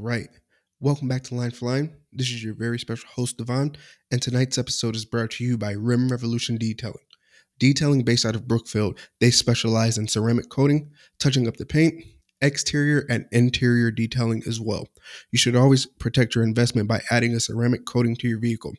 right. Welcome back to Line for Line. This is your very special host, Devon, and tonight's episode is brought to you by Rim Revolution Detailing. Detailing based out of Brookfield, they specialize in ceramic coating, touching up the paint, exterior, and interior detailing as well. You should always protect your investment by adding a ceramic coating to your vehicle.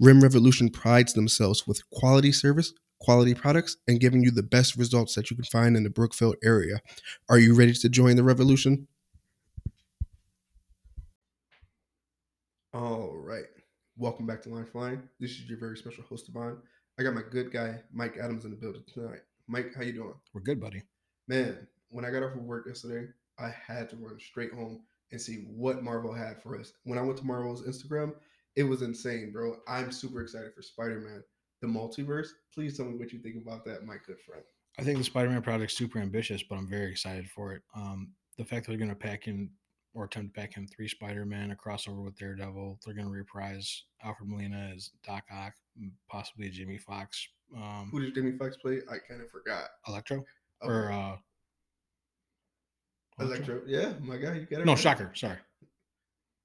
Rim Revolution prides themselves with quality service, quality products, and giving you the best results that you can find in the Brookfield area. Are you ready to join the revolution? All right. Welcome back to Line Flying. This is your very special host, Devon. I got my good guy, Mike Adams, in the building tonight. Mike, how you doing? We're good, buddy. Man, when I got off of work yesterday, I had to run straight home and see what Marvel had for us. When I went to Marvel's Instagram, it was insane, bro. I'm super excited for Spider-Man, the multiverse. Please tell me what you think about that, my good friend. I think the Spider-Man project's super ambitious, but I'm very excited for it. Um, the fact that they're going to pack in or attempt to pack in three Spider-Man, a crossover with Daredevil, they're going to reprise Alfred Molina as Doc Ock, m- possibly Jimmy Fox, Who um, did Jamie Fox play? I kind of forgot. Electro, Okay. or uh, Oh, Electro. Yeah, my guy, you got it. No, right. Shocker. Sorry.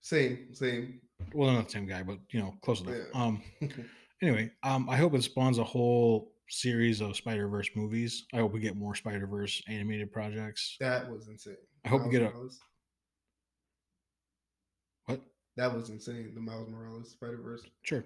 Same, same. Well, they're not the same guy, but you know, close enough. Yeah. Um, anyway, um, I hope it spawns a whole series of Spider Verse movies. I hope we get more Spider Verse animated projects. that was insane. I hope we Miles get a- Morales. What? That was insane. The Miles Morales Spider Verse. Sure.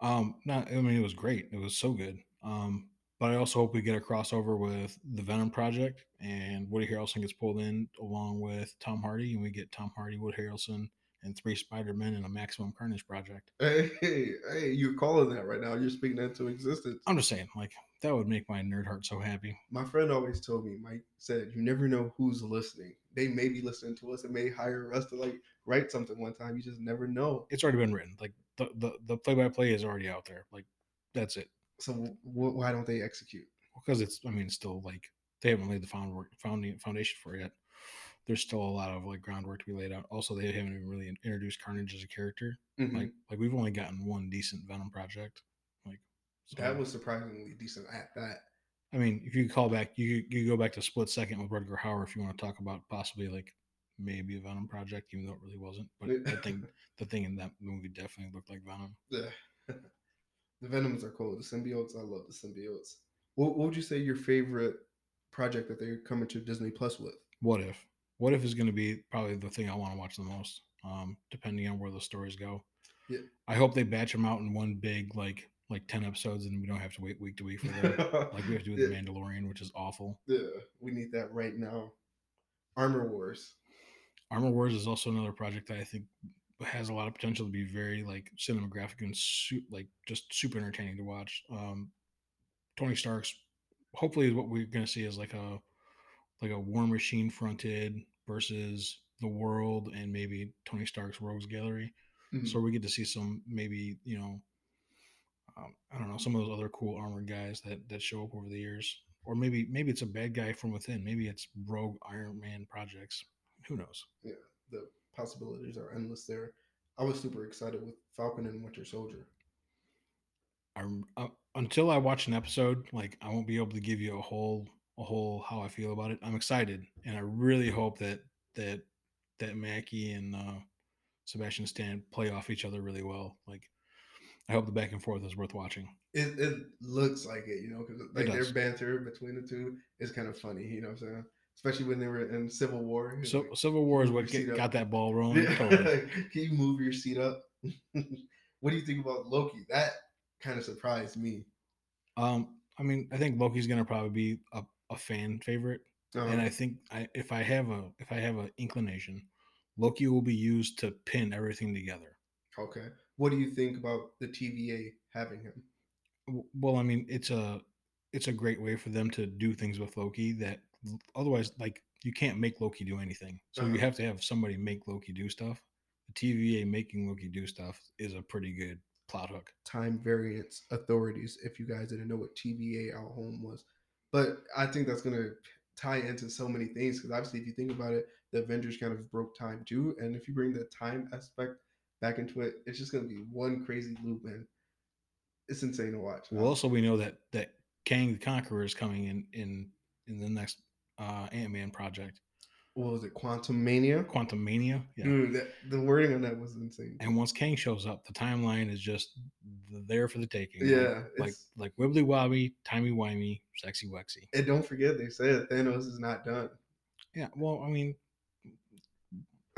Um, not. I mean, it was great. It was so good. Um, but I also hope we get a crossover with the Venom Project and Woody Harrelson gets pulled in along with Tom Hardy, and we get Tom Hardy, Woody Harrelson, and three Spider Men in a Maximum Carnage project. Hey, hey, hey, you're calling that right now. You're speaking that to existence. I'm just saying, like that would make my nerd heart so happy. My friend always told me, Mike said, you never know who's listening. They may be listening to us and may hire us to like write something one time. You just never know. It's already been written. Like the the the play by play is already out there. Like that's it. So w- why don't they execute? because it's I mean it's still like they haven't laid the found work, founding foundation for it yet. There's still a lot of like groundwork to be laid out. Also, they haven't even really in- introduced Carnage as a character. Like Like like we've only gotten one decent Venom project. Like that so, was surprisingly decent at that. I mean if you call back you you go back to split second with Rutger Hauer if you want to talk about possibly like maybe a Venom project even though it really wasn't. But Yeah. the thing the thing in that movie definitely looked like Venom. Yeah. the Venoms are cool. The symbiotes, I love the symbiotes. What, what would you say your favorite project that they're coming to Disney Plus with? what if what if is going to be probably the thing i want to watch the most um depending on where those stories go Yeah. i hope they batch them out in one big like like 10 episodes and we don't have to wait week to week for them like we have to do with the Yeah, mandalorian which is awful yeah, we need that right now. Armor Wars. armor wars is also another project that i think has a lot of potential to be very like cinematographic and su- like just super entertaining to watch um tony stark's hopefully what we're going to see is like a like a war machine fronted versus the world and maybe tony stark's rogues gallery Mhm. so we get to see some maybe you know um, i don't know some of those other cool armored guys that that show up over the years or maybe maybe it's a bad guy from within maybe it's rogue iron man projects who knows the possibilities are endless there. I was super excited with Falcon and Winter Soldier. I, rem- uh, until i watch an episode like i won't be able to give you a whole a whole how i feel about it i'm excited and i really hope that that that mackie and uh sebastian stan play off each other really well like i hope the back and forth is worth watching It, it looks like it, you know, because like their does. banter between the two is kind of funny. You know what I'm saying? Especially when they were in Civil War. it was So like, Civil War is move what your seat get, up. got that ball rolling. Yeah. Totally. Can you move your seat up? what do you think about Loki? That kind of surprised me. Um, I mean, I think Loki's gonna probably be a, a fan favorite, and I Um, think I, if I have a if I have an inclination, Loki will be used to pin everything together. okay. What do you think about the TVA having him? W- Well, I mean, it's a it's a great way for them to do things with Loki that l- otherwise, like, you can't make Loki do anything. So you Uh-huh. have to have somebody make Loki do stuff. The TVA making Loki do stuff is a pretty good plot hook. Time variance authorities, if you guys didn't know what TVA out home was. But I think that's going to tie into so many things because obviously, if you think about it, the Avengers kind of broke time too. And if you bring the time aspect back into it, it's just going to be one crazy loop. And it's insane to watch. Well, also we know that that Kang the Conqueror is coming in in in the next uh, Ant Man project. what was it, Quantum Mania? Quantum Mania. Yeah. Dude, that, the wording on that was insane. And once Kang shows up, the timeline is just there for the taking. like- yeah, Like it's- like wibbly wobbly, timey wimey, sexy wexy. and don't forget they said Thanos is not done. Yeah. Well, I mean,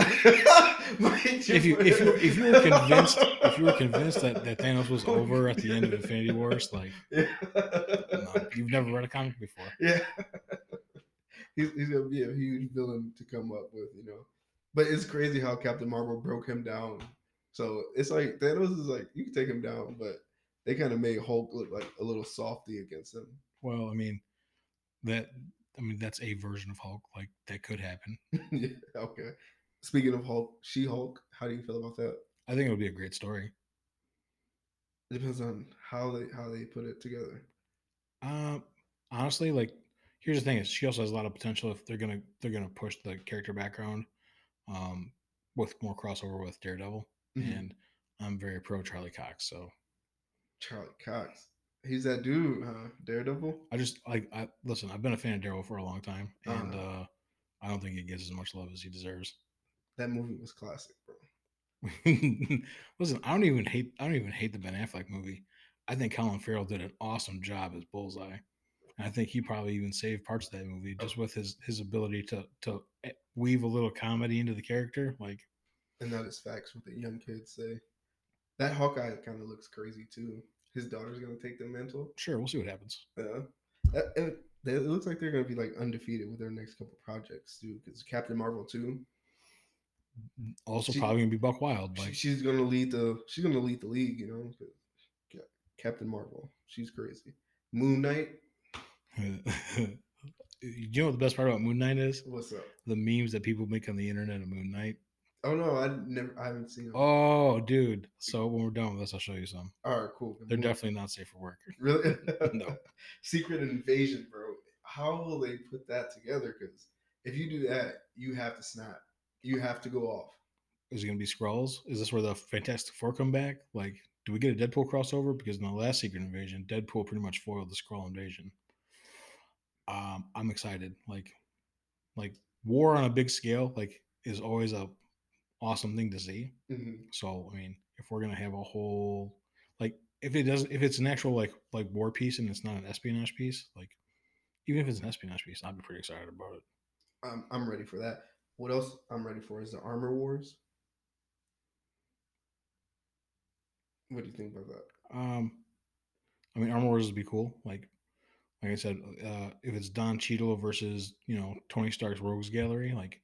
if if you if you if you were convinced if you were convinced that, that Thanos was over at the end of Infinity Wars, like yeah, no, you've never read a comic before. yeah. he's, he's gonna be a huge villain to come up with, you know. But it's crazy how Captain Marvel broke him down. So it's like Thanos is like you can take him down, but they kind of made Hulk look like a little softy against him. Well, I mean, that I mean that's a version of Hulk. Like that could happen. yeah, okay. Speaking of Hulk, She Hulk, how do you feel about that? I think it would be a great story. It depends on how they how they put it together. Uh, honestly, like here's the thing: is she also has a lot of potential if they're gonna they're gonna push the character background, um, with more crossover with Daredevil, Mhm. and I'm very pro Charlie Cox. So Charlie Cox, he's that dude, huh? Daredevil. I just like I listen. I've been a fan of Daredevil for a long time, and Uh-huh. uh, I don't think he gets as much love as he deserves. That movie was classic, bro. listen, I don't even hate I don't even hate the Ben Affleck movie. I think Colin Farrell did an awesome job as Bullseye. And I think he probably even saved parts of that movie just with his his ability to to eh, weave a little comedy into the character. Like And that is facts. What the young kids say. That Hawkeye kind of looks crazy too. His daughter's gonna take the mantle. sure, we'll see what happens. Yeah. That- It, they- it looks like they're gonna be like undefeated with their next couple projects too. Because Captain Marvel too, Also, She- probably gonna be Buck Wild. she- Like she's gonna lead the she's gonna lead the league. You know, 'cause Ca- Captain Marvel, she's crazy. Moon Knight, you know what the best part about Moon Knight is? what's up? The memes that people make on the internet of Moon Knight. Oh no, I never I haven't seen them. Oh, dude. So when we're done with this, I'll show you some. All right, cool. They're Moon- definitely not safe for work. Really? No. Secret Invasion, bro. How will they put that together? Because if you do that, you have to snap. You have to go off. Is it going to be Skrulls? Is this where the Fantastic Four come back? Like, do we get a Deadpool crossover? Because in the last Secret Invasion, Deadpool pretty much foiled the Skrull invasion. Um, I'm excited. Like, like war on a big scale, like, is always a awesome thing to see. Mhm. So, I mean, if we're gonna have a whole, like, if it doesn't, if it's an actual like like war piece and it's not an espionage piece, like, even if it's an espionage piece, I'd be pretty excited about it. I'm, I'm ready for that. What else I'm ready for is the Armor Wars. What do you think about that? Um, I mean, Armor Wars would be cool. Like, like I said, uh, if it's Don Cheadle versus you know Tony Stark's Rogues Gallery, like,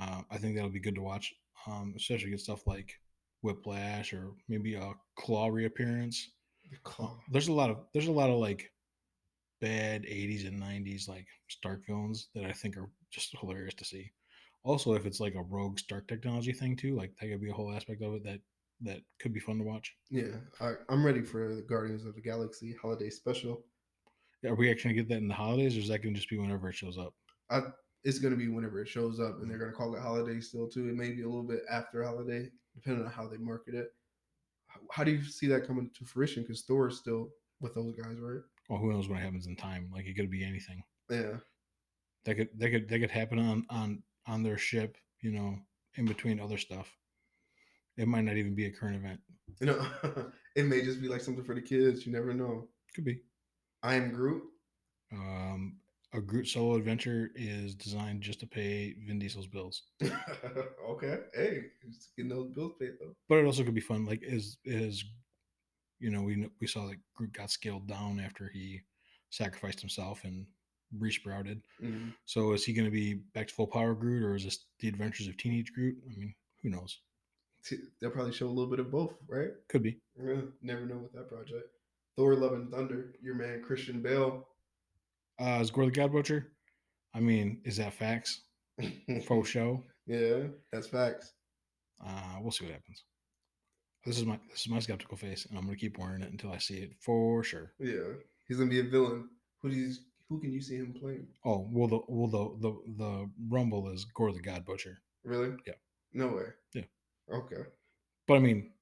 uh, I think that'll be good to watch. Um, especially get stuff like Whiplash or maybe a Claw reappearance. The Uh, claw. There's a lot of there's a lot of like bad '80s and '90s like Stark villains that I think are just hilarious to see. Also, if it's like a rogue Stark technology thing too, like that could be a whole aspect of it that that could be fun to watch. Yeah, I, I'm ready for the Guardians of the Galaxy Holiday Special. Are we actually gonna get that in the holidays, or is that gonna just be whenever it shows up? It's gonna be whenever it shows up, and they're gonna call it holiday still too. It may be a little bit after holiday, depending on how they market it. How- How do you see that coming to fruition? Because Thor is still with those guys, right? Well, who knows what happens in time? Like it could be anything Yeah, that could that could that could happen on on on their ship. You know, in between other stuff, it might not even be a current event. you know, it may just be like something for the kids. You never know. Could be. I am Groot. Um, a Groot solo adventure is designed just to pay Vin Diesel's bills, okay, hey, he's getting those bills paid though. but it also could be fun. Like is is, you know, we kn- we saw that Groot got scaled down after he sacrificed himself and resprouted. Mhm. So is he going to be back to full power Groot, or is this the Adventures of Teenage Groot? I mean, who knows? T- They'll probably show a little bit of both, right? Could be. Yeah, never know with that project. Thor: Love and Thunder. Your man Christian Bale. Uh, is Gore the God Butcher? I mean, is that facts? Faux show. yeah, that's facts. Uh, we'll see what happens. This is my this is my skeptical face, and I'm going to keep wearing it until I see it for sure. Yeah, he's gonna be a villain. Who do you, who can you see him playing? Oh well, the well the the the Rumble is Gore the God Butcher, Really? Yeah. No way. Yeah. Okay. but I mean,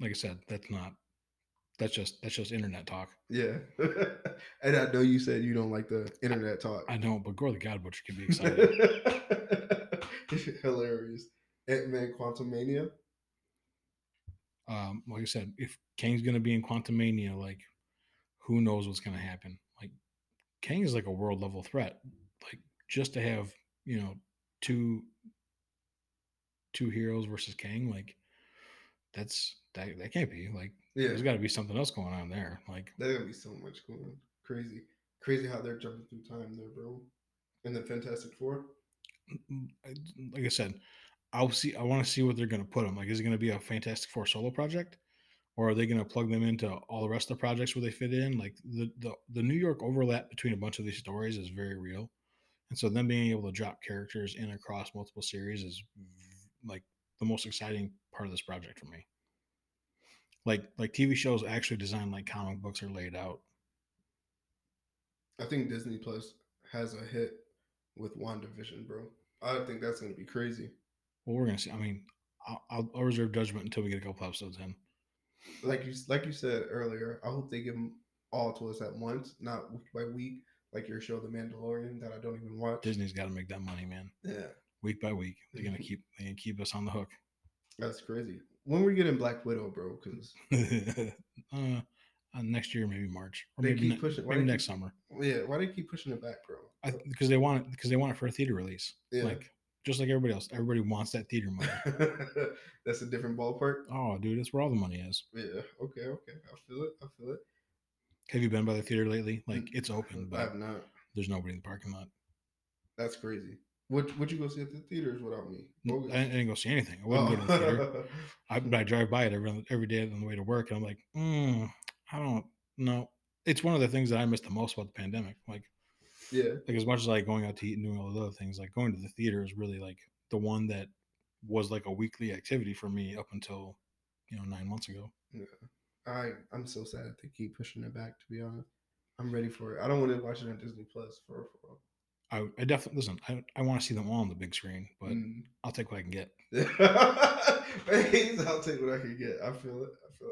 like I said, that's not That's just that's just internet talk. Yeah. and I know you said you don't like the internet talk. I don't, but Gore the God Butcher can be excited. Hilarious. Ant Man Quantum Mania. um, like I said, if Kang's gonna be in Quantum Mania, like who knows what's gonna happen? Like Kang is like a world level threat. Like just to have you know two two heroes versus Kang, like that's that that can't be like Yeah. there's got to be something else going on there. Like There's gonna be so much going on. Crazy. Crazy how they're jumping through time there, bro. And the Fantastic Four. m- I- like I said, I'll see. I want to see what they're going to put them. Like, is it going to be a Fantastic Four solo project, or are they going to plug them into all the rest of the projects where they fit in? Like the the the New York overlap between a bunch of these stories is very real, and so them being able to drop characters in across multiple series is v- like the most exciting part of this project for me. Like like TV shows actually designed like comic books are laid out. I think Disney Plus has a hit with WandaVision, bro. I think that's gonna be crazy. Well, we're gonna see. I mean, I'll, I'll, I'll reserve judgment until we get a couple episodes in. Like you like you said earlier, I hope they give them all to us at once, not week by week, like your show The Mandalorian that I don't even watch. Disney's got to make that money, man. Yeah, week by week. They're gonna Mhm. keep they gonna keep us on the hook. that's crazy. When we getting Black Widow, bro? Because uh, uh, next year, maybe March, or They maybe, keep ne- pushing- why maybe they next summer, yeah, why do they keep pushing it back, bro? because they want it because they want it for a theater release. Yeah. Like just like everybody else, everybody wants that theater money. that's a different ballpark. oh, dude, that's where all the money is. Yeah. Okay. Okay. I feel it. I feel it. Have you been by the theater lately? Like it's open, Mm, I but have not. there's nobody in the parking lot. That's crazy. Would Would you go see at the theaters without me? N- Bogus. I, didn't- I didn't go see anything. I wouldn't go to the theater. Oh. I, but I drive by it every every day on the way to work, and I'm like, mm, I don't know. It's one of the things that I miss the most about the pandemic. Like yeah. like as much as I like going out to eat and doing all those other things, like going to the theater is really like the one that was like a weekly activity for me up until you know nine months ago. I I'm so sad that they keep pushing it back. To be honest, I'm ready for it. I don't want to watch it on Disney Plus for for. real. I, I definitely listen. I, I want to see them all on the big screen, but Mm. I'll take what I can get. Please, I'll take what I can get. I feel it. I feel it.